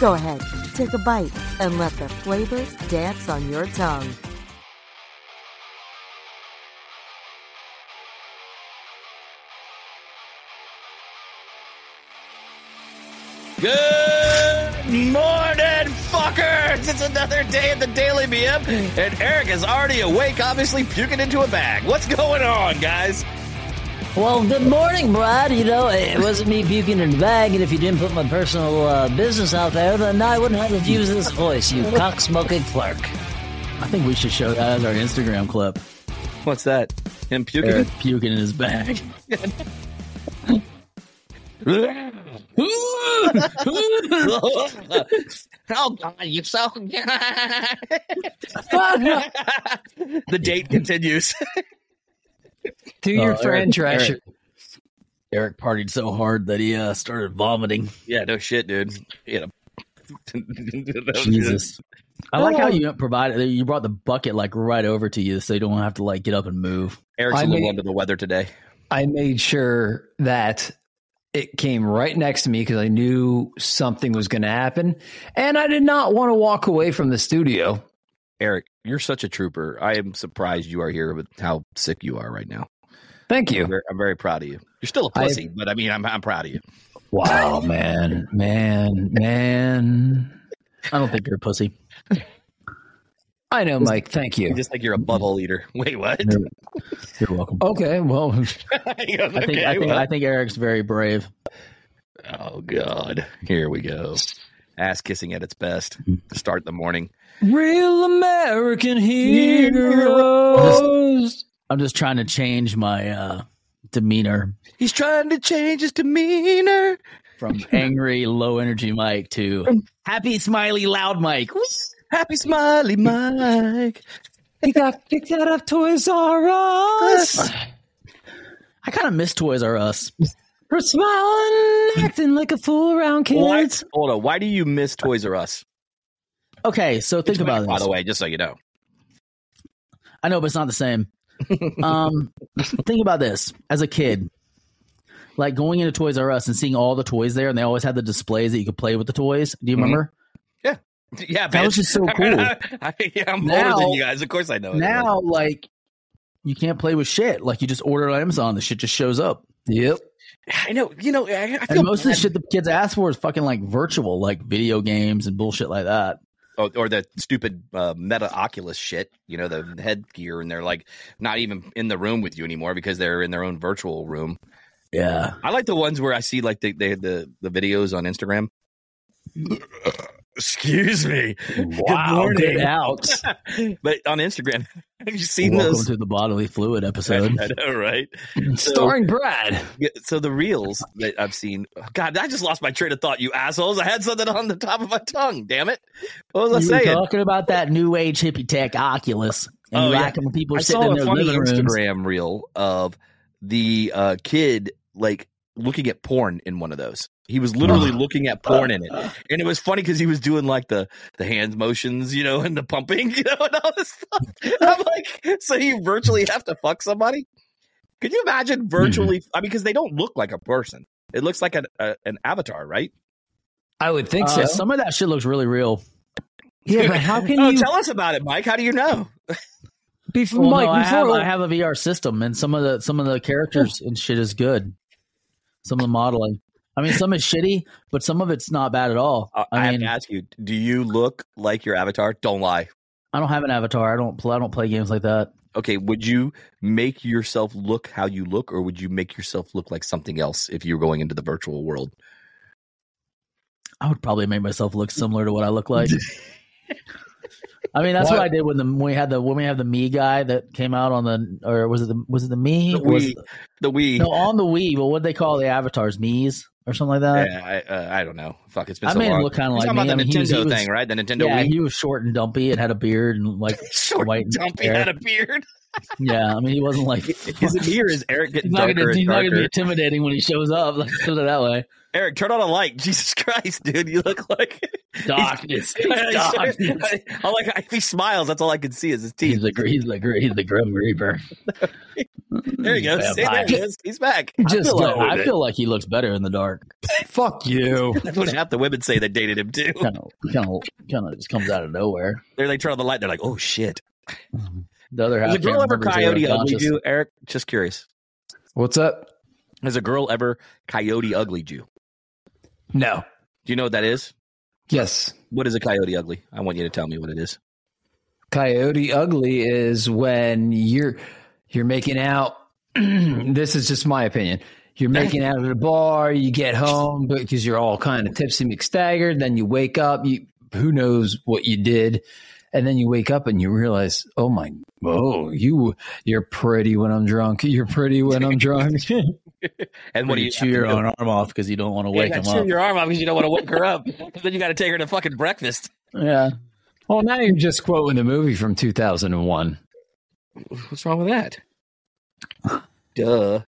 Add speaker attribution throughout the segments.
Speaker 1: Go ahead, take a bite, and let the flavors dance on your tongue.
Speaker 2: Good morning, fuckers! It's another day at the Daily BM, and Eric is already awake, obviously puking into a bag. What's going on, guys?
Speaker 3: Well, good morning, Brad. You know, it wasn't me puking in the bag, and if you didn't put my personal uh, business out there, then I wouldn't have to use this voice, you cock smoking clerk.
Speaker 4: I think we should show that as our Instagram clip.
Speaker 2: What's that? Him puking?
Speaker 4: Eric puking in his bag.
Speaker 2: oh god, you so The date continues.
Speaker 5: Do your
Speaker 4: Oh,
Speaker 5: friend
Speaker 4: Eric,
Speaker 5: Treasure.
Speaker 4: Eric partied so hard that he uh, started vomiting.
Speaker 2: yeah, no shit, dude. You know.
Speaker 4: Jesus. I like how you provided you brought the bucket like right over to you, so you don't have to like get up and move.
Speaker 2: Eric's
Speaker 5: I
Speaker 2: a little
Speaker 5: mean-
Speaker 2: under the weather today.
Speaker 5: I made sure that it came right next to me because I knew something was going to happen, and I did not want to walk away from the studio.
Speaker 2: Eric, you're such a trooper. I am surprised you are here with how sick you are right now.
Speaker 5: Thank
Speaker 2: I'm
Speaker 5: you.
Speaker 2: very, I'm very proud of you. You're still a
Speaker 5: I-
Speaker 2: pussy, but I mean, I'm I'm proud of you.
Speaker 5: Wow, man, man, man.
Speaker 4: I don't think you're a pussy.
Speaker 5: I know, Mike. Thank you.
Speaker 2: Just like you're a bubble eater. Wait, what?
Speaker 4: You're, you're welcome.
Speaker 5: Okay, well,
Speaker 2: He goes,
Speaker 4: I think I
Speaker 2: "Okay,
Speaker 4: think
Speaker 2: well."
Speaker 4: I think Eric's very brave.
Speaker 2: Oh God! Here we go. Ass kissing at its best
Speaker 4: Mm-hmm.
Speaker 2: to start the morning.
Speaker 5: real American heroes.
Speaker 4: I'm just trying to change my uh, demeanor
Speaker 2: He's trying to change his demeanor.
Speaker 4: from angry, low energy Mike to happy, smiley, loud Mike.
Speaker 2: Happy smiley, Mike.
Speaker 5: He got picked out of Toys R Us
Speaker 4: I kind of miss Toys R Us.
Speaker 5: for smiling, acting like a fool around
Speaker 2: Why, hold on. Why do you miss Toys R Us?
Speaker 4: Okay, so think about
Speaker 2: By
Speaker 4: this.
Speaker 2: the way, just so you know,
Speaker 4: I know, but it's not the same. um, think about this as a kid, like going into Toys R Us and seeing all the toys there, and they always had the displays that you could play with the toys. Do you
Speaker 2: Mhm.
Speaker 4: remember?
Speaker 2: yeah,
Speaker 4: That was
Speaker 2: bitch.
Speaker 4: just so cool.
Speaker 2: I, am
Speaker 4: Now-
Speaker 2: older than you guys. Of course, I know. it.
Speaker 4: now, like, you can't play with shit. Like, you just order on Amazon, the shit just shows up.
Speaker 5: Yep.
Speaker 2: I know. You know, I, I feel
Speaker 4: And most of the
Speaker 2: bad.
Speaker 4: shit the kids ask for is fucking like virtual, like video games and bullshit like that.
Speaker 2: Oh, or that stupid uh, Meta Oculus shit. You know, the headgear, and they're like not even in the room with you anymore because they're in their own virtual room.
Speaker 4: Yeah.
Speaker 2: I like the ones where I see like the the the, the videos on Instagram. Excuse me,
Speaker 4: Wow.
Speaker 2: morning.
Speaker 4: Good out.
Speaker 2: but on Instagram, have you seen
Speaker 4: Welcome
Speaker 2: those?
Speaker 4: to the bodily fluid
Speaker 2: I
Speaker 4: episode.
Speaker 2: know, right?
Speaker 5: Starring Brad.
Speaker 2: Yeah, So the reels that I've seen, God, I just lost my train of thought. You assholes! I had something on the top of my tongue. Damn it! What was
Speaker 4: you
Speaker 2: I
Speaker 4: were
Speaker 2: saying?
Speaker 4: talking about that new age hippie tech Oculus. And
Speaker 2: Oh,
Speaker 4: you
Speaker 2: yeah.
Speaker 4: like when people are
Speaker 2: I
Speaker 4: sitting
Speaker 2: saw
Speaker 4: in
Speaker 2: a
Speaker 4: their
Speaker 2: funny
Speaker 4: living rooms.
Speaker 2: Instagram reel of the uh, kid like looking at porn in one of those. He was literally looking at porn in it, and it was funny because he was doing like the the hand motions, you know, and the pumping, you know, and all this stuff. I'm like, so you virtually have to fuck somebody? Could you
Speaker 4: Mm-hmm.
Speaker 2: imagine virtually? I mean, because they don't look like a person. It looks like an a, an avatar, right?
Speaker 5: I would think
Speaker 4: Uh,
Speaker 5: so.
Speaker 4: Some of that shit looks really real.
Speaker 5: yeah, but how can
Speaker 2: Oh,
Speaker 5: you?
Speaker 2: tell us about it, Mike. How do you know?
Speaker 5: before,
Speaker 4: Well,
Speaker 5: Mike,
Speaker 4: no, I, have,
Speaker 5: before,
Speaker 4: I have a VR system, and some of the some of the characters and shit is good. Some of the modeling. I mean, some is shitty, but some of it's not bad at all.
Speaker 2: Uh, I,
Speaker 4: I
Speaker 2: have
Speaker 4: mean,
Speaker 2: to ask you. Do you look like your avatar? Don't lie.
Speaker 4: I don't have an avatar. I don't play. I don't play games like that.
Speaker 2: okay, would you make yourself look how you look, or would you make yourself look like something else if you were going into the virtual world?
Speaker 4: I would probably make myself look similar to what I look like. I mean, that's
Speaker 5: Why-
Speaker 4: what I did when the when we had the when we had the me guy that came out on the or was it the was it the me
Speaker 2: The
Speaker 4: Was-
Speaker 2: Wii. The Wii.
Speaker 4: no on the Wii? But what they call the avatars, me's or something like that.
Speaker 2: yeah, I, uh, I don't know. Fuck, it's been
Speaker 4: I
Speaker 2: so
Speaker 4: made him
Speaker 2: long.
Speaker 4: look kinda
Speaker 2: You're
Speaker 4: like
Speaker 2: talking
Speaker 4: me.
Speaker 2: about
Speaker 4: I
Speaker 2: the
Speaker 4: mean, he
Speaker 2: Nintendo
Speaker 4: was- he was-
Speaker 2: thing, right? The Nintendo
Speaker 4: Yeah,
Speaker 2: Wii.
Speaker 4: he was short and dumpy and had a beard and like
Speaker 2: Short
Speaker 4: white.
Speaker 2: dumpy
Speaker 4: hair.
Speaker 2: had a beard.
Speaker 4: Yeah, I mean, he wasn't like
Speaker 2: Is it me or is Eric
Speaker 4: He's
Speaker 2: getting
Speaker 4: not,
Speaker 2: darker
Speaker 4: gonna, he's
Speaker 2: and
Speaker 4: not gonna be
Speaker 2: darker?
Speaker 4: intimidating when he shows up. Let's put it that way.
Speaker 2: Eric, turn on a light. Jesus Christ, dude, you look like
Speaker 4: Darkness.
Speaker 2: I,
Speaker 4: Darkness.
Speaker 2: I like if he smiles. That's all I can see is his
Speaker 4: He's
Speaker 2: teeth.
Speaker 4: the gr- he's the gr- he's the Grim Reaper.
Speaker 2: There
Speaker 4: "Mm,
Speaker 2: he goes. See, there
Speaker 4: Vampire.
Speaker 2: he is. He's back.
Speaker 5: Just
Speaker 4: I feel,
Speaker 5: go
Speaker 4: like,
Speaker 5: with
Speaker 4: I
Speaker 5: it.
Speaker 4: feel like he looks better in the dark.
Speaker 5: Fuck you.
Speaker 2: That's what half the women say that dated him too.
Speaker 4: Kind of, kind of, kind of just comes out of nowhere.
Speaker 2: They're like turn on the light. They're like, oh shit.
Speaker 4: The other half.
Speaker 2: Is a
Speaker 4: can't
Speaker 2: girl ever
Speaker 4: remember if they're
Speaker 2: coyote ugly
Speaker 4: unconscious.
Speaker 2: Jew? Eric, just curious.
Speaker 5: What's up?
Speaker 2: Has a girl ever coyote ugly Jew?
Speaker 5: No.
Speaker 2: Do you know what that is?
Speaker 5: Yes.
Speaker 2: What is a coyote ugly? I want you to tell me what it is.
Speaker 5: Coyote ugly is when you're you're making out. this is just my opinion. You're making out at a bar. You get home because you're all kind of tipsy, McStaggered. Then you wake up. You who knows what you did, and then you wake up and you realize, oh my, oh you you're pretty when I'm drunk. You're pretty when I'm drunk.
Speaker 2: And
Speaker 4: What
Speaker 2: what
Speaker 4: do you
Speaker 2: do
Speaker 4: chew
Speaker 2: you
Speaker 4: your own arm off because you don't want to wake
Speaker 2: yeah,
Speaker 4: him
Speaker 2: chew
Speaker 4: up?
Speaker 2: your arm off because you don't want to wake her up. 'Cause then you got to take her to fucking breakfast.
Speaker 4: Yeah,
Speaker 5: well, now you're just quoting the movie from 2001.
Speaker 2: What's wrong with that? Duh.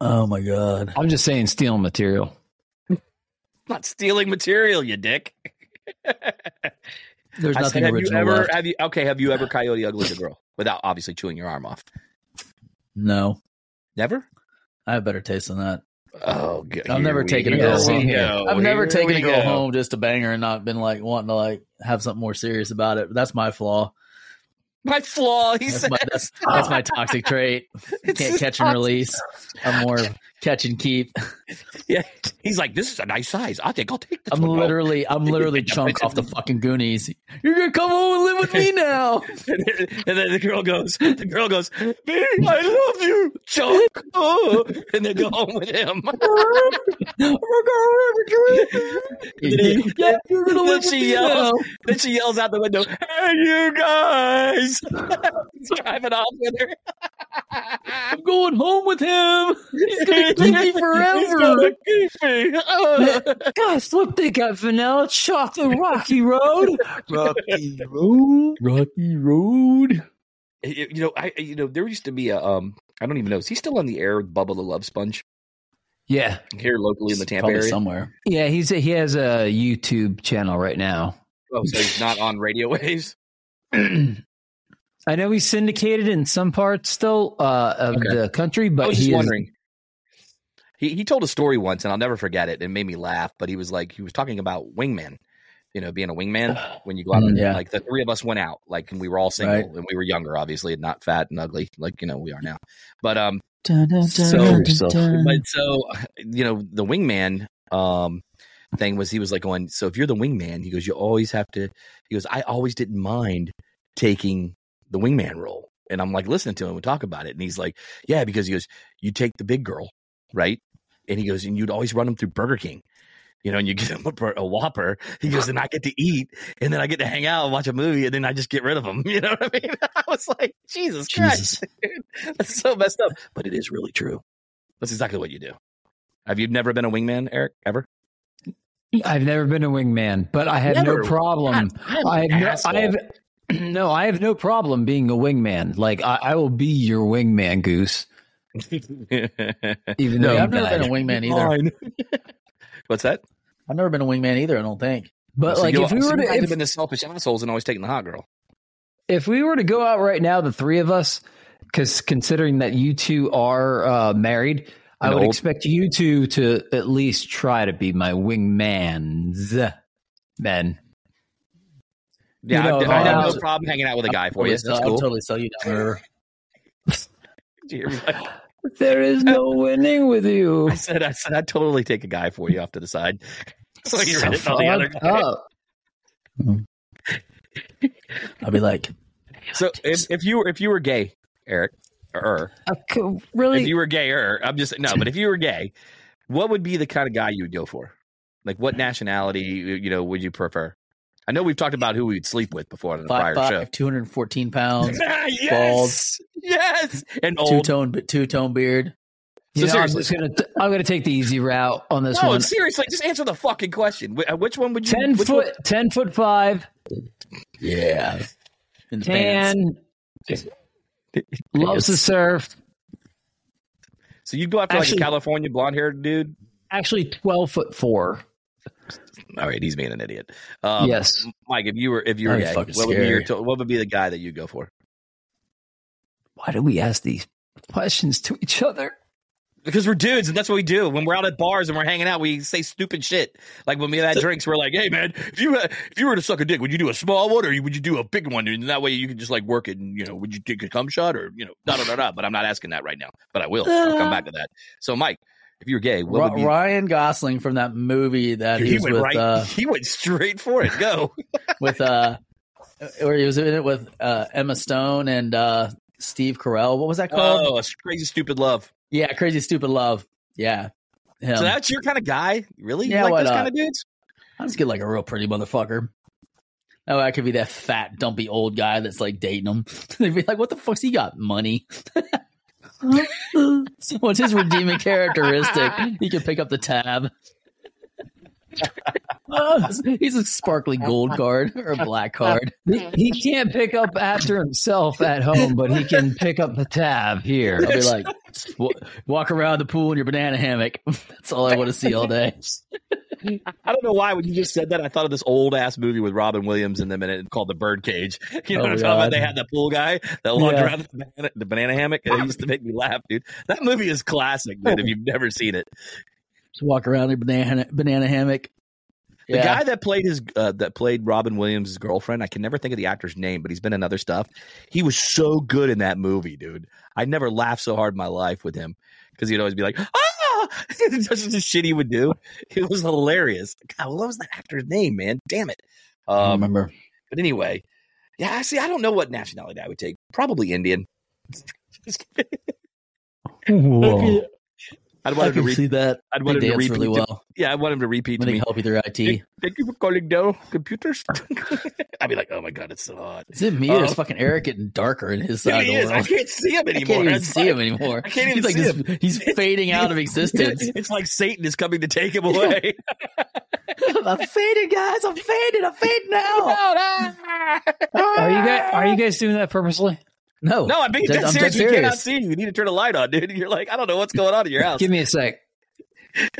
Speaker 4: Oh my god.
Speaker 5: I'm just saying, stealing material.
Speaker 2: Not stealing material, you dick.
Speaker 4: There's
Speaker 2: I said,
Speaker 4: nothing
Speaker 2: have you
Speaker 4: original
Speaker 2: ever
Speaker 4: left.
Speaker 2: have you okay, have you ever coyote ugly a girl without obviously chewing your arm off?
Speaker 4: No,
Speaker 2: Never?
Speaker 4: I have better taste than that.
Speaker 2: Oh god.
Speaker 4: I've never taken a
Speaker 5: go.
Speaker 4: girl
Speaker 5: Yes,
Speaker 4: home.
Speaker 5: here
Speaker 4: I've never taken a girl home just to bang her and not been like wanting to like have something more serious about it. That's my flaw.
Speaker 2: My flaw, he
Speaker 4: That's
Speaker 2: said.
Speaker 4: my, that's, that's my toxic trait. Can't catch and release. I'm more of catch and keep.
Speaker 2: Yeah. He's like, this is a nice size. I think I'll take this.
Speaker 4: I'm
Speaker 2: one home."
Speaker 4: literally, I'm literally
Speaker 2: Yeah,
Speaker 4: chunk
Speaker 2: bitch.
Speaker 4: off the fucking Goonies. You're gonna come home and live with me now.
Speaker 2: and then- and then the girl goes, the girl goes, "Bing, I love you, Chuck. Oh, and then go home with him.
Speaker 4: yeah, you're gonna
Speaker 2: then
Speaker 4: live with
Speaker 2: she
Speaker 4: me
Speaker 2: yells.
Speaker 4: now.
Speaker 2: Then she yells out the window, "Hey, you guys!" He's driving off with her.
Speaker 4: I'm going home with him. He's gonna keep me
Speaker 2: He's
Speaker 4: forever.
Speaker 2: gonna keep me. Oh.
Speaker 5: Guys, look, they got vanilla chocolate Rocky Road. Rocky Road.
Speaker 4: Rocky Road.
Speaker 2: you you know, I you know there used to be a um. I don't even know. Is he still on the air with Bubba the Love Sponge
Speaker 5: Yeah.
Speaker 2: here locally in the Tampa
Speaker 4: Probably
Speaker 2: area?
Speaker 4: somewhere.
Speaker 5: Yeah, he's he has a YouTube channel right now.
Speaker 2: Oh, so he's not on radio waves.
Speaker 5: I know he's syndicated in some parts still uh, of
Speaker 2: Okay.
Speaker 5: the country, but
Speaker 2: I was
Speaker 5: he
Speaker 2: just
Speaker 5: is-
Speaker 2: wondering. He he told a story once, and I'll never forget it. It made me laugh, but he was like he was talking about wingman, you know, being a wingman when you go out.
Speaker 4: Mm,
Speaker 2: on
Speaker 4: yeah.
Speaker 2: Like the three of us went out, like and we were all single
Speaker 4: Right.
Speaker 2: and we were younger, obviously, and not fat and ugly, like you know we are now. But um,
Speaker 4: So,
Speaker 2: but so you know the wingman um thing was he was like going so if you're the wingman he goes you always have to he goes i always didn't mind taking the wingman role and i'm like listening to him and talk about it and he's like yeah because he goes you take the big girl right and he goes and you'd always run him through burger king you know, and you get him a, bur- a Whopper. He goes, and I get to eat, and then I get to hang out and watch a movie, and then I just get rid of him. You know what I mean? I was like, Jesus,
Speaker 4: Jesus.
Speaker 2: Christ, dude. that's so messed up. But it is really true. That's exactly what you do. Have you never been a wingman, Eric? Ever?
Speaker 5: I've never been a wingman, but I have
Speaker 2: Never.
Speaker 5: no problem. I have no,
Speaker 2: asshole.
Speaker 5: I have no, I have no problem being a wingman. Like I, I will be your wingman, Goose. Even though
Speaker 4: Yeah,
Speaker 5: you
Speaker 4: I've never
Speaker 5: died.
Speaker 4: been a wingman either.
Speaker 2: What's that?
Speaker 4: I've never been a wingman either. I don't think.
Speaker 5: but
Speaker 2: So
Speaker 5: like
Speaker 2: you-
Speaker 5: if we
Speaker 2: so
Speaker 5: were
Speaker 2: you
Speaker 5: to
Speaker 2: guys
Speaker 5: if,
Speaker 2: have been the selfish assholes and always taking the hot girl.
Speaker 5: if we were to go out right now, the three of us, because considering that you two are uh, married, I
Speaker 2: And
Speaker 5: would
Speaker 2: old.
Speaker 5: expect you two to at least try to be my wingman's men.
Speaker 2: Yeah,
Speaker 5: know, uh,
Speaker 2: I'd-
Speaker 5: if
Speaker 2: I'd,
Speaker 5: I
Speaker 2: have
Speaker 5: was-
Speaker 2: no problem hanging out with a guy for
Speaker 4: Totally
Speaker 2: you.
Speaker 4: sell-
Speaker 2: Oh, That's
Speaker 4: I would
Speaker 2: cool.
Speaker 4: totally sell you down the river.
Speaker 5: There is no winning with you.
Speaker 2: I said, I said, I'd totally take a guy for you off to the side. So you're
Speaker 5: So
Speaker 2: hitting all the other
Speaker 5: fucked
Speaker 2: guys.
Speaker 5: up.
Speaker 4: I'd be like,
Speaker 2: So if, if you were if you were gay, Eric, or er,
Speaker 5: I could-
Speaker 2: if
Speaker 5: Uh, really,
Speaker 2: you were gay, or I'm just no, but if you were gay, what would be the kind of guy you would go for? Like what nationality you know would you prefer? I know we've talked about who we'd sleep with before on the prior
Speaker 4: Five,
Speaker 2: show.
Speaker 4: five, 214 pounds,
Speaker 2: yes, yes, and
Speaker 4: two
Speaker 2: old.
Speaker 4: tone, but two tone beard.
Speaker 5: You
Speaker 2: So
Speaker 5: know, I'm
Speaker 2: seriously.
Speaker 5: just gonna t- I'm gonna take the easy route on this
Speaker 2: no,
Speaker 5: one.
Speaker 2: seriously, just answer the fucking question. Wh- uh, Which one would you?
Speaker 5: Ten
Speaker 2: which
Speaker 5: foot,
Speaker 2: one-
Speaker 5: ten foot five,
Speaker 4: Yeah, in the pants.
Speaker 5: tan, loves to surf.
Speaker 2: So you go after like
Speaker 5: Actually-
Speaker 2: a California blonde haired dude.
Speaker 5: Actually, twelve foot four.
Speaker 2: All right, he's being an idiot. Um,
Speaker 5: yes,
Speaker 2: Mike, if you were if you were
Speaker 4: That'd be
Speaker 2: gay,
Speaker 4: fucking
Speaker 2: what would be your
Speaker 4: scary.
Speaker 2: to- what would be the guy that you go for?
Speaker 5: why do we ask these questions to each other?
Speaker 2: Because we're dudes, and that's what we do. When we're out at bars and we're hanging out, we say stupid shit. Like when we had drinks, we're like, "Hey, man, if you had- if you were to suck a dick, would you do a small one or you- would you do a big one?" And that way, you can just like work it, and you know, would you take a cum shot or you know, da da da da. But I'm not asking that right now. But I will. I'll come back to that. So, Mike, if you were gay, what
Speaker 4: Ri-
Speaker 2: would be?
Speaker 4: Ryan Gosling from that movie that
Speaker 2: Dude,
Speaker 4: he, was with uh,
Speaker 2: he went straight for it. Go.
Speaker 4: with uh, where he was in it with uh, Emma Stone and uh, Steve Carell. What was that called?
Speaker 2: oh, a crazy stupid love.
Speaker 4: Yeah, Crazy Stupid Love. Yeah, him.
Speaker 2: So that's your kind of guy, really?
Speaker 4: um, Yeah, uh,
Speaker 2: you
Speaker 4: why
Speaker 2: like those
Speaker 4: not?
Speaker 2: kind of dudes?
Speaker 4: I just get like a real pretty motherfucker. Oh, I could be that fat, dumpy old guy that's like dating him. They'd be like, "What the fuck's he got? Money." What's his redeeming characteristic? He can pick up the tab. Oh, he's a sparkly gold card or a black card.
Speaker 5: He, he can't pick up after himself at home, but he can pick up the tab here.
Speaker 4: I'll be like, "Wa- walk around the pool in your banana hammock. That's all I want to see all day.
Speaker 2: I don't know why when you just said that I thought of this old ass movie with Robin Williams in them and it called The Birdcage. You know
Speaker 4: Oh,
Speaker 2: what I'm talking
Speaker 4: God.
Speaker 2: about? They had the pool guy that walked
Speaker 4: Yeah.
Speaker 2: around the banana, the banana hammock. And it used to make me laugh, dude. That movie is classic, dude.
Speaker 4: Oh.
Speaker 2: If you've never seen it,
Speaker 4: Just walk around your banana banana hammock.
Speaker 2: the guy that played his uh, that played Robin Williams' girlfriend, I can never think of the actor's name, but he's been in other stuff. He was so good in that movie, dude. I never laughed so hard in my life with him because he'd always be like, ah, just the shit he would do. It was hilarious. God, what was that actor's name, man? Damn it.
Speaker 4: I
Speaker 2: Um,
Speaker 4: remember.
Speaker 2: But anyway, yeah, I see. I don't know what nationality I would take. Probably Indian.
Speaker 5: Whoa.
Speaker 2: I'd
Speaker 4: I
Speaker 2: want him to
Speaker 4: can
Speaker 2: read.
Speaker 4: see that.
Speaker 2: I'd
Speaker 4: They
Speaker 2: want him to
Speaker 4: dance
Speaker 2: repeat.
Speaker 4: really
Speaker 2: to-
Speaker 4: well.
Speaker 2: yeah, I want him to repeat
Speaker 4: When
Speaker 2: to
Speaker 4: they
Speaker 2: me.
Speaker 4: help you through IT.
Speaker 2: Thank you for calling Dell Computers. I'd be like, oh my god, it's so hot.
Speaker 4: Is it me
Speaker 2: Oh.
Speaker 4: or is fucking Eric getting darker in his
Speaker 2: Dude,
Speaker 4: side
Speaker 2: he
Speaker 4: of
Speaker 2: is.
Speaker 4: the
Speaker 2: I
Speaker 4: world?
Speaker 2: can't see him
Speaker 4: I
Speaker 2: anymore.
Speaker 4: can't even
Speaker 2: It's
Speaker 4: see
Speaker 2: like-
Speaker 4: him anymore.
Speaker 2: I can't even
Speaker 4: he's like
Speaker 2: see
Speaker 4: this,
Speaker 2: him.
Speaker 4: He's fading out of existence.
Speaker 2: It's like Satan is coming to take him away.
Speaker 4: I'm faded, guys. I'm faded. I'm fading now.
Speaker 2: Ah.
Speaker 5: Are you guys are you guys doing that purposely?
Speaker 4: No,
Speaker 2: no, I'm being dead
Speaker 4: I'm dead
Speaker 2: serious. We cannot
Speaker 4: serious.
Speaker 2: see you. You need to turn a light on, dude. You're like, I don't know what's going on in your house.
Speaker 5: Give me a sec.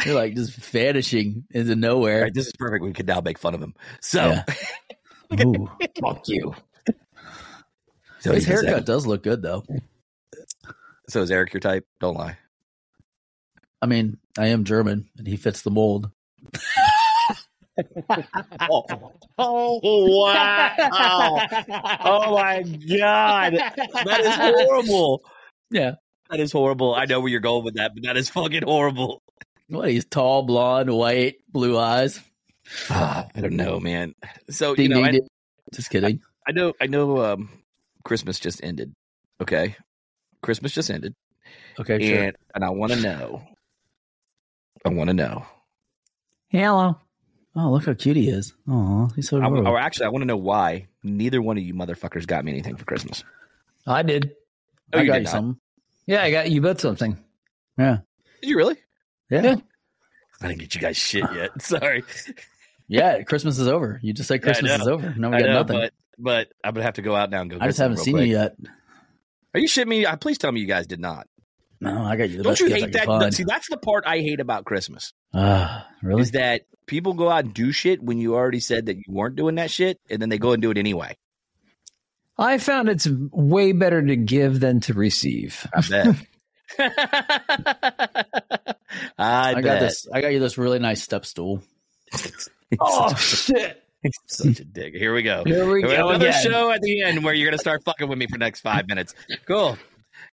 Speaker 4: You're like just vanishing into
Speaker 2: All
Speaker 4: nowhere.
Speaker 2: right, this is perfect. We can now make fun of him. So,
Speaker 4: Yeah. Ooh,
Speaker 5: Fuck you.
Speaker 2: so he does
Speaker 4: his
Speaker 2: that.
Speaker 4: haircut does look good though.
Speaker 2: So is Eric your type? Don't lie.
Speaker 4: I mean, I am German and he fits the mold.
Speaker 2: Oh, wow. Oh my god. That is horrible.
Speaker 4: Yeah.
Speaker 2: That is horrible. I know where you're going with that, but that is fucking horrible.
Speaker 4: What? He's tall, blonde, white, blue eyes.
Speaker 2: Ah, I don't know, man. So
Speaker 4: Ding,
Speaker 2: you know,
Speaker 4: ding,
Speaker 2: I,
Speaker 4: ding. Just kidding.
Speaker 2: I know I know um Christmas just ended. Okay. Christmas just ended.
Speaker 4: Okay, sure.
Speaker 2: And and I wanna know. I wanna know.
Speaker 5: Hello.
Speaker 4: Oh, look how cute he is. Oh, he's so
Speaker 2: I,
Speaker 4: adorable.
Speaker 2: or actually I wanna know why neither one of you motherfuckers got me anything for Christmas.
Speaker 5: I did.
Speaker 2: Oh,
Speaker 4: I
Speaker 2: you
Speaker 4: got
Speaker 2: did
Speaker 4: you
Speaker 2: not.
Speaker 4: something.
Speaker 5: Yeah, I got you bet something.
Speaker 2: Did you really?
Speaker 4: Yeah.
Speaker 2: I didn't get you guys shit yet. Sorry.
Speaker 4: Yeah, Christmas is over. You just said
Speaker 2: Yeah, I
Speaker 4: Christmas
Speaker 2: know.
Speaker 4: is over. No, we
Speaker 2: I
Speaker 4: got
Speaker 2: know,
Speaker 4: nothing.
Speaker 2: but but I'm gonna have to go out now and go.
Speaker 4: I
Speaker 2: get
Speaker 4: just
Speaker 2: some
Speaker 4: haven't
Speaker 2: real
Speaker 4: seen
Speaker 2: quick.
Speaker 4: you yet.
Speaker 2: Are you shitting me? Uh, Please tell me you guys did not.
Speaker 4: No, I got you. The
Speaker 2: Don't
Speaker 4: best
Speaker 2: you
Speaker 4: gift
Speaker 2: hate
Speaker 4: I
Speaker 2: that?
Speaker 4: could find.
Speaker 2: See, that's the part I hate about Christmas
Speaker 4: Ah, really?
Speaker 2: is that people go out and do shit when you already said that you weren't doing that shit, and then they go and do it anyway.
Speaker 5: I found it's way better to give than to receive.
Speaker 2: I bet. I,
Speaker 4: I got
Speaker 2: bet.
Speaker 4: this. I got you this really nice step stool.
Speaker 5: Oh shit.
Speaker 2: Such a dick. Here we go.
Speaker 5: Here we go
Speaker 2: Another
Speaker 5: again.
Speaker 2: show at the end where you're gonna start fucking with me for the next five minutes. Cool.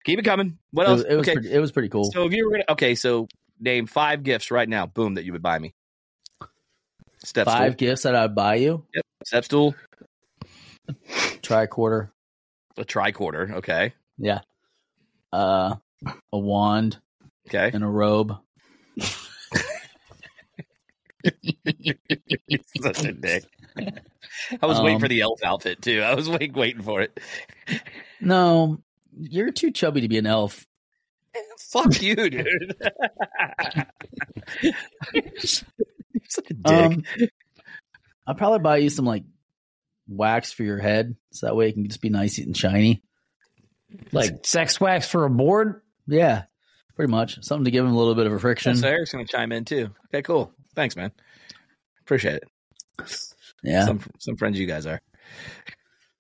Speaker 2: Keep it coming. What
Speaker 4: It
Speaker 2: else?
Speaker 4: was, it was
Speaker 2: okay.
Speaker 4: pretty, it was pretty cool.
Speaker 2: So if you were gonna okay, so name five gifts right now, boom, that you would buy me. Step
Speaker 4: Five
Speaker 2: stool,
Speaker 4: gifts that I'd buy you:
Speaker 2: step stool,
Speaker 4: tricorder,
Speaker 2: a tricorder. Okay,
Speaker 4: uh, a wand,
Speaker 2: okay.
Speaker 4: and a robe.
Speaker 2: Such a dick. I was waiting
Speaker 4: Um,
Speaker 2: for the elf outfit too. I was waiting waiting for it.
Speaker 4: No, you're too chubby to be an elf.
Speaker 2: Fuck you, dude. You're such a dick.
Speaker 4: Um, I'll probably buy you some like wax for your head, so that way it can just be nice and shiny.
Speaker 5: Like sex wax for a board?
Speaker 4: Yeah, pretty much something to give him a little bit of a friction.
Speaker 2: so Eric's gonna chime in too. Okay, cool. Thanks, man. Appreciate it.
Speaker 4: yeah,
Speaker 2: Some some friends you guys are.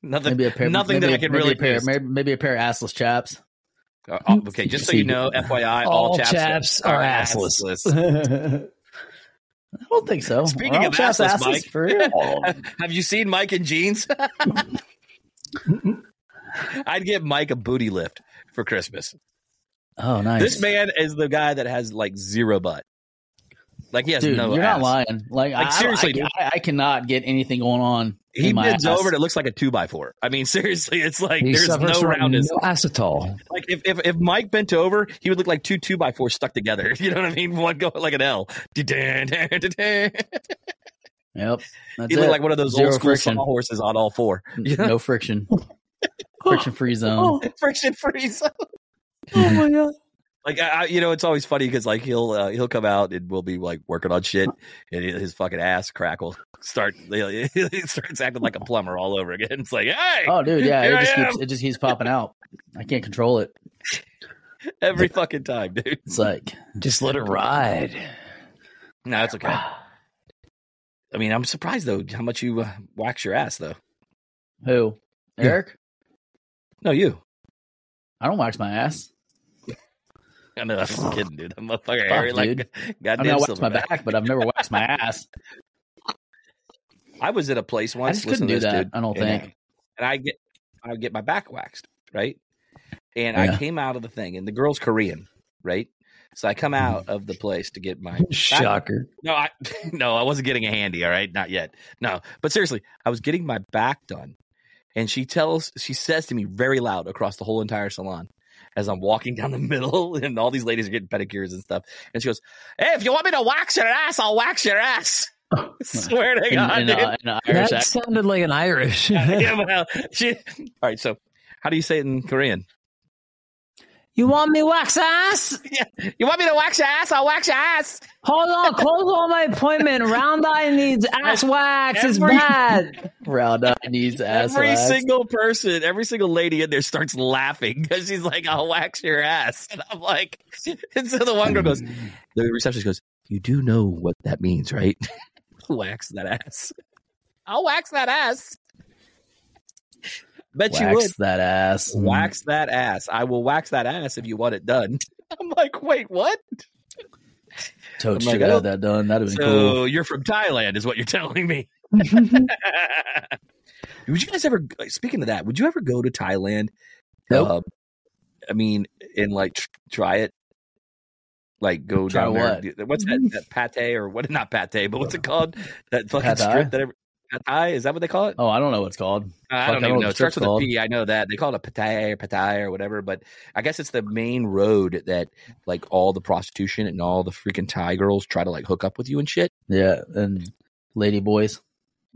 Speaker 2: Nothing.
Speaker 4: maybe a pair.
Speaker 2: nothing
Speaker 4: maybe,
Speaker 2: that I can
Speaker 4: maybe
Speaker 2: really
Speaker 4: a pair,
Speaker 2: taste.
Speaker 4: maybe, maybe a pair of assless chaps.
Speaker 2: Uh, oh, okay, just so you know, FYI, all,
Speaker 5: All
Speaker 2: chaps,
Speaker 5: chaps are assless.
Speaker 4: I don't think so.
Speaker 2: Speaking
Speaker 4: Are all
Speaker 2: of
Speaker 4: chaps
Speaker 2: assless,
Speaker 4: assless
Speaker 2: Mike.
Speaker 4: for real?
Speaker 2: Have you seen Mike in jeans? I'd give Mike a booty lift for Christmas.
Speaker 4: Oh, nice.
Speaker 2: This man is the guy that has like zero butt. Like he has
Speaker 4: Dude,
Speaker 2: no.
Speaker 4: you're
Speaker 2: ass.
Speaker 4: not lying.
Speaker 2: Like,
Speaker 4: Like, I,
Speaker 2: seriously,
Speaker 4: seriously, I,
Speaker 2: dude.
Speaker 4: I, I cannot get anything going on.
Speaker 2: He
Speaker 4: in my
Speaker 2: bends
Speaker 4: ass.
Speaker 2: over and it looks like a two by four. I mean, seriously, it's like
Speaker 5: He
Speaker 2: there's
Speaker 5: suffers
Speaker 2: no
Speaker 5: from
Speaker 2: roundness.
Speaker 5: no acetol.
Speaker 2: Like if, if if Mike bent over, he would look like two two by fours stuck together. You know what I mean? One go like an L. Du-dun, dun, du-dun.
Speaker 4: Yep, that's
Speaker 2: He looked
Speaker 4: it.
Speaker 2: like one of those
Speaker 4: Zero
Speaker 2: old school
Speaker 4: friction.
Speaker 2: sawhorses on all four.
Speaker 4: no friction, friction free
Speaker 2: Oh,
Speaker 4: zone.
Speaker 2: friction free zone.
Speaker 4: Oh my god.
Speaker 2: Like I, I- you know, it's always funny because like he'll uh, he'll come out and we'll be like working on shit, and he- his fucking ass crack will start. He starts acting like a plumber all over again. It's like, hey,
Speaker 4: Oh, dude, yeah,
Speaker 2: Here I
Speaker 4: it just
Speaker 2: am.
Speaker 4: keeps it just keeps popping out. I can't control it.
Speaker 2: every fucking time, dude.
Speaker 4: It's like
Speaker 5: Just let it ride.
Speaker 2: No, it's okay. I mean, I'm surprised though how much you uh, wax your ass though.
Speaker 4: who Eric?
Speaker 2: No, you.
Speaker 4: I don't wax my ass.
Speaker 2: I know. I'm just kidding, dude. That motherfucker
Speaker 4: Fuck,
Speaker 2: hairy like
Speaker 4: dude. I
Speaker 2: goddamn
Speaker 4: mean, I wax my
Speaker 2: silverback.
Speaker 4: back, but I've never waxed my ass.
Speaker 2: I was at a place once.
Speaker 4: just
Speaker 2: listening
Speaker 4: couldn't
Speaker 2: to
Speaker 4: do
Speaker 2: this
Speaker 4: that,
Speaker 2: dude,
Speaker 4: I don't
Speaker 2: and,
Speaker 4: think.
Speaker 2: And I get, I get my back waxed, right? And I
Speaker 4: Yeah.
Speaker 2: came out of the thing, and the girl's Korean, right? So I come out
Speaker 4: Mm-hmm.
Speaker 2: of the place to get my back-
Speaker 5: Shocker.
Speaker 2: No, I no, I wasn't getting a handy. All right, not yet. No, but seriously, I was getting my back done, and she tells, she says to me very loud across the whole entire salon. As I'm walking down the middle, and all these ladies are getting pedicures and stuff, and she goes, "Hey, if you want me to wax your ass, I'll wax your ass." Swear to
Speaker 4: In,
Speaker 2: God,
Speaker 4: in,
Speaker 2: dude.
Speaker 4: Oh, uh, in an Irish
Speaker 5: That
Speaker 4: accent.
Speaker 5: sounded like an Irish.
Speaker 2: yeah, well, she, all right. So, how do you say it in Korean?
Speaker 5: you want me wax ass?
Speaker 2: You want me to wax your ass? I'll wax your ass.
Speaker 5: Hold on, close on my appointment. Round eye needs ass wax.
Speaker 2: It's
Speaker 5: It's
Speaker 2: Every-
Speaker 5: bad.
Speaker 4: Round up needs uh, ass.
Speaker 2: every
Speaker 4: wax.
Speaker 2: single person, every single lady in there starts laughing because she's like, "I'll wax your ass," and I'm like, and so the one girl goes, the receptionist goes, "You do know what that means, right? wax that ass. I'll wax that ass. Bet you would."
Speaker 4: wax that ass. Mm.
Speaker 2: Wax that ass. I will wax that ass if you want it done. I'm like, wait, what?
Speaker 4: Toad
Speaker 2: I'm
Speaker 4: should
Speaker 2: like,
Speaker 4: have
Speaker 2: oh.
Speaker 4: had that done. That'd have
Speaker 2: So
Speaker 4: been cool.
Speaker 2: you're from Thailand, is what you're telling me. would you guys ever? Speaking of that, would you ever go to Thailand?
Speaker 4: Nope.
Speaker 2: Um, I mean, and like tr- try it, like go
Speaker 4: Try
Speaker 2: down
Speaker 4: what?
Speaker 2: there. What's that, that pate or what? Not pate, but what's it called? That fucking
Speaker 4: Pad thai?
Speaker 2: strip that. Every, pad thai, is that what they call it?
Speaker 4: Oh, I don't know what it's called.
Speaker 2: I don't
Speaker 4: Fuck, I
Speaker 2: even
Speaker 4: don't
Speaker 2: know.
Speaker 4: know
Speaker 2: It
Speaker 4: what
Speaker 2: starts
Speaker 4: it's
Speaker 2: with a
Speaker 4: called.
Speaker 2: P. I know that they call it a Pattaya or Pattaya or whatever, but I guess it's the main road that like all the prostitution and all the freaking Thai girls try to like hook up with you and shit,
Speaker 4: Yeah, and lady boys.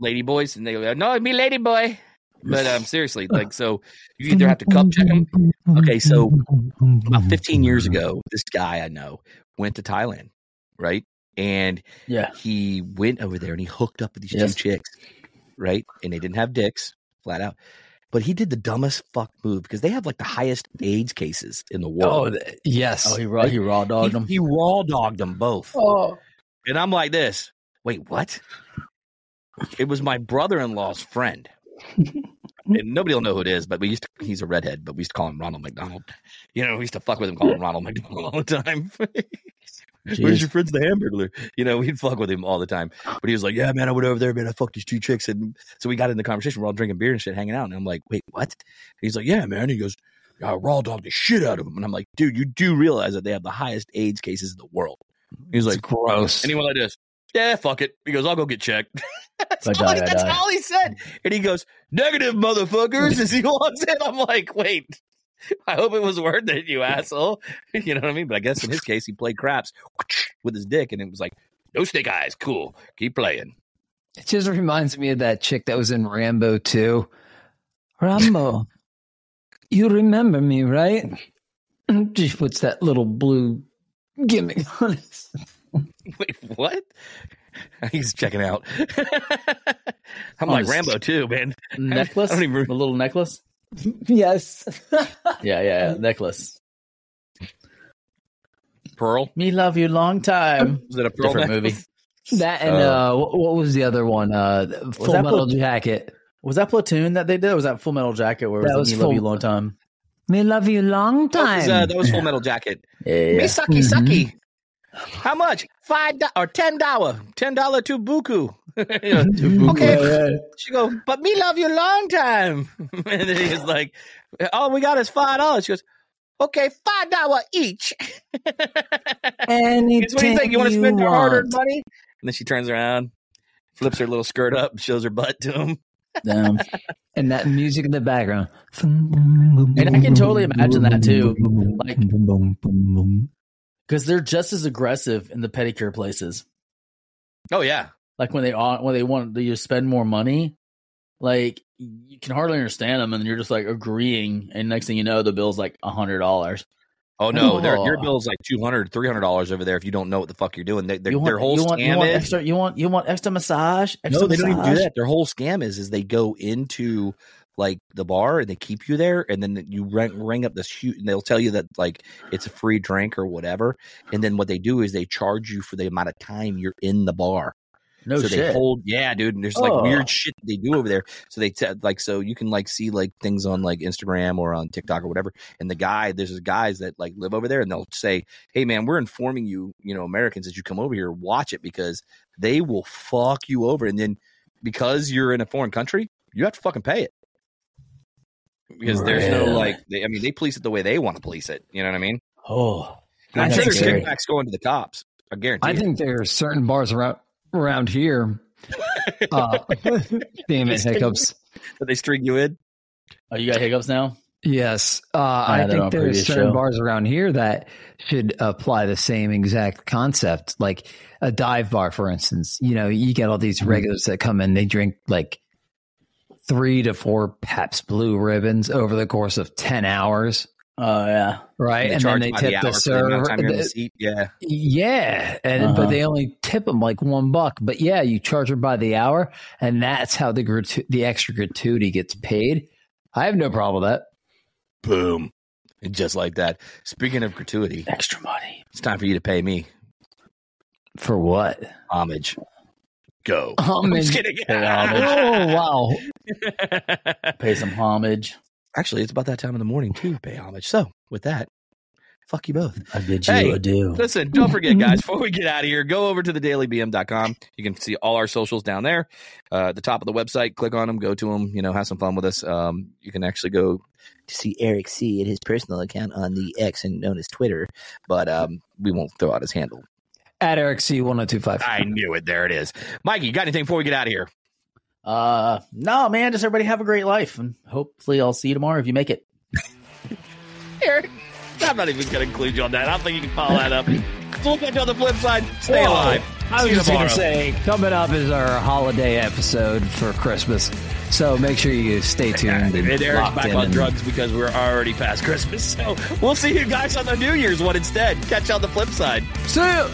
Speaker 2: lady boys, and they go, "No, me lady boy." But um, seriously, like so, you either have to cup check them. Okay, so about 15 years ago, this guy I know went to Thailand, right? And
Speaker 4: Yeah.
Speaker 2: he went over there and he hooked up with these
Speaker 4: Yes.
Speaker 2: two chicks, right? And they didn't have dicks, flat out. But he did the dumbest fuck move because they have like the highest AIDS cases in the
Speaker 5: Oh,
Speaker 2: world.
Speaker 5: th- yes.
Speaker 4: Oh, he raw, he raw dogged them.
Speaker 2: he, he raw dogged them both.
Speaker 5: Oh.
Speaker 2: And I'm like, this. Wait, what? It was my brother in law's friend. and nobody will know who it is, but we used to, he's a redhead, but we used to call him Ronald McDonald. You know, we used to fuck with him, call him Ronald McDonald all the time. Where's your friend's the hamburglar? You know, we'd fuck with him all the time. But he was like, Yeah, man, I went over there, man. I fucked these two chicks. And so we got in the conversation. We're all drinking beer and shit, hanging out. And I'm like, Wait, what? And he's like, Yeah, man. he goes, I raw dogged the shit out of him. And I'm like, Dude, you do realize that they have the highest AIDS cases in the world. He's
Speaker 5: It's
Speaker 2: like,
Speaker 5: gross.
Speaker 2: and he went like this. Yeah, fuck it. He goes, I'll go get checked. that's
Speaker 4: I
Speaker 2: all,
Speaker 4: die,
Speaker 2: he,
Speaker 4: I
Speaker 2: that's
Speaker 4: die.
Speaker 2: all he said. And he goes, negative, motherfuckers, as he walks in. I'm like, wait, I hope it was worth it, you asshole. You know what I mean? But I guess in his case, he played craps with his dick, and it was like, no snake eyes. Cool. Keep playing.
Speaker 5: It just reminds me of that chick that was in Rambo 2. Rambo, you remember me, right? She puts that little blue gimmick on it.
Speaker 2: Wait, what? He's checking out. I'm like
Speaker 4: Honest.
Speaker 2: Rambo too, man.
Speaker 4: necklace,
Speaker 2: I don't even-
Speaker 4: a little necklace.
Speaker 5: Yes.
Speaker 4: Yeah, yeah, yeah, necklace.
Speaker 2: Pearl.
Speaker 4: Me love you long time.
Speaker 2: Is that a Pearl
Speaker 4: Different
Speaker 2: necklace?
Speaker 4: movie.
Speaker 5: that and uh, what, what was the other one? Uh, Full
Speaker 4: that
Speaker 5: Metal
Speaker 4: Blue-
Speaker 5: Jacket.
Speaker 4: Was that Platoon that they did? Or was that Full Metal Jacket? Where it
Speaker 5: That
Speaker 4: was,
Speaker 5: was
Speaker 4: Me love you
Speaker 5: Full-
Speaker 4: long time?
Speaker 5: Me love you long
Speaker 2: That was,
Speaker 5: time.
Speaker 2: uh, that was Full Metal Jacket.
Speaker 4: Yeah, yeah,
Speaker 2: Me
Speaker 4: yeah.
Speaker 2: sucky sucky. How much? Five do- or ten dollar? Ten dollar to buku. You know, okay. She go, but me love you long time. and then he was like, all we got is five dollars. She goes, okay, five dollar each.
Speaker 5: Anything
Speaker 2: It's what do you think? You want to spend your
Speaker 5: want.
Speaker 2: hard-earned money? And then she turns around, flips her little skirt up, shows her butt to him.
Speaker 4: Damn.
Speaker 5: And that music in the background.
Speaker 4: And I can totally imagine that too. Like, because they're just as aggressive in the pedicure places.
Speaker 2: Oh yeah,
Speaker 4: Like when they on when they want you to spend more money, like you can hardly understand them, and you're just like agreeing. And next thing you know, the bill's like a hundred dollars.
Speaker 2: Oh no, their
Speaker 4: Oh.
Speaker 2: your bill's like 200 300 dollars over there if you don't know what the fuck you're doing. They, their,
Speaker 4: You want
Speaker 2: their whole
Speaker 4: you want,
Speaker 2: scam
Speaker 4: you want
Speaker 2: is
Speaker 4: extra you want you want extra massage. Extra
Speaker 2: no, they don't even do
Speaker 4: massage?
Speaker 2: that. Their whole scam is is they go into like the bar and they keep you there, and then you ring, ring up this shoot, and they'll tell you that like it's a free drink or whatever. And then what they do is they charge you for the amount of time you're in the bar.
Speaker 4: No
Speaker 2: so they
Speaker 4: shit.
Speaker 2: hold, yeah, dude. And there's like
Speaker 4: Oh.
Speaker 2: weird shit they do over there. So they te- like so you can like see like things on like Instagram or on TikTok or whatever. And the guy, there's these guys that like live over there, and they'll say, "Hey, man, we're informing you, you know, Americans that you come over here, watch it because they will fuck you over." And then because you're in a foreign country, you have to fucking pay it. Because there's no
Speaker 4: Really?
Speaker 2: like, they, I mean, they police it the way they want to police it. You know what I mean?
Speaker 4: oh,
Speaker 2: And I'm
Speaker 5: That's
Speaker 2: sure there's
Speaker 5: scary.
Speaker 2: kickbacks going to the cops. I guarantee.
Speaker 5: I
Speaker 2: it.
Speaker 5: think there are certain bars around around here. Uh, damn it, hiccups.
Speaker 2: that they string you in.
Speaker 4: oh, you got hiccups now.
Speaker 5: Yes, uh,
Speaker 4: had
Speaker 5: I
Speaker 4: it on
Speaker 5: think there are
Speaker 4: previous
Speaker 5: certain
Speaker 4: show.
Speaker 5: bars around here that should apply the same exact concept. Like a dive bar, for instance. You know, you get all these
Speaker 2: Mm-hmm.
Speaker 5: regulars that come in. They drink like three to four Paps Blue Ribbons over the course of ten hours,
Speaker 4: Oh yeah.
Speaker 5: right? And, then
Speaker 2: charge
Speaker 5: they
Speaker 2: by
Speaker 5: tip the,
Speaker 2: hour for amount of
Speaker 5: server.
Speaker 2: time you're in the
Speaker 5: the-
Speaker 2: seat. Yeah.
Speaker 5: Yeah, and
Speaker 4: Uh-huh.
Speaker 5: but they only tip them like one buck. But yeah, you charge them by the hour, and that's how the gratu- the extra gratuity gets paid. I have no problem with that.
Speaker 2: Boom. And Just like that. Speaking of gratuity,
Speaker 4: Extra money.
Speaker 2: it's time for you to pay me
Speaker 5: For what?
Speaker 2: homage. Go. I'm
Speaker 5: Homage.
Speaker 2: just kidding.
Speaker 4: Pay homage.
Speaker 5: oh wow!
Speaker 4: Pay some homage.
Speaker 2: Actually, it's about that time in the morning too. Pay homage. So with that, fuck you both.
Speaker 4: I did
Speaker 2: you Hey, a
Speaker 4: do.
Speaker 2: Listen, don't forget, guys, before we get out of here, go over to thedailybm.com. You can see all our socials down there. Uh, at the top of the website, click on them, go to them, you know, have some fun with us. Um, you can actually go to see Eric C at his personal account on the X and known as Twitter, but um, we won't throw out his handle.
Speaker 5: At Eric C one zero two five.
Speaker 2: I knew it. There it is. Mikey, you got anything before we get out of here?
Speaker 4: Uh, no, man. Just everybody have a great life, and hopefully I'll see you tomorrow if you make it.
Speaker 2: Eric, I'm not even going to include you on that. I don't think you can follow that up. So we'll catch you on the flip side. Stay alive.
Speaker 5: I
Speaker 2: See
Speaker 5: was
Speaker 2: you
Speaker 5: just going to
Speaker 2: tomorrow.
Speaker 5: say, coming up is our holiday episode for Christmas, so make sure you stay tuned.
Speaker 2: Yeah, and Eric's
Speaker 5: locked
Speaker 2: back
Speaker 5: in
Speaker 2: on
Speaker 5: and-
Speaker 2: drugs because we're already past Christmas. So we'll see you guys on the New Year's one instead. Catch you on the flip side.
Speaker 5: See ya.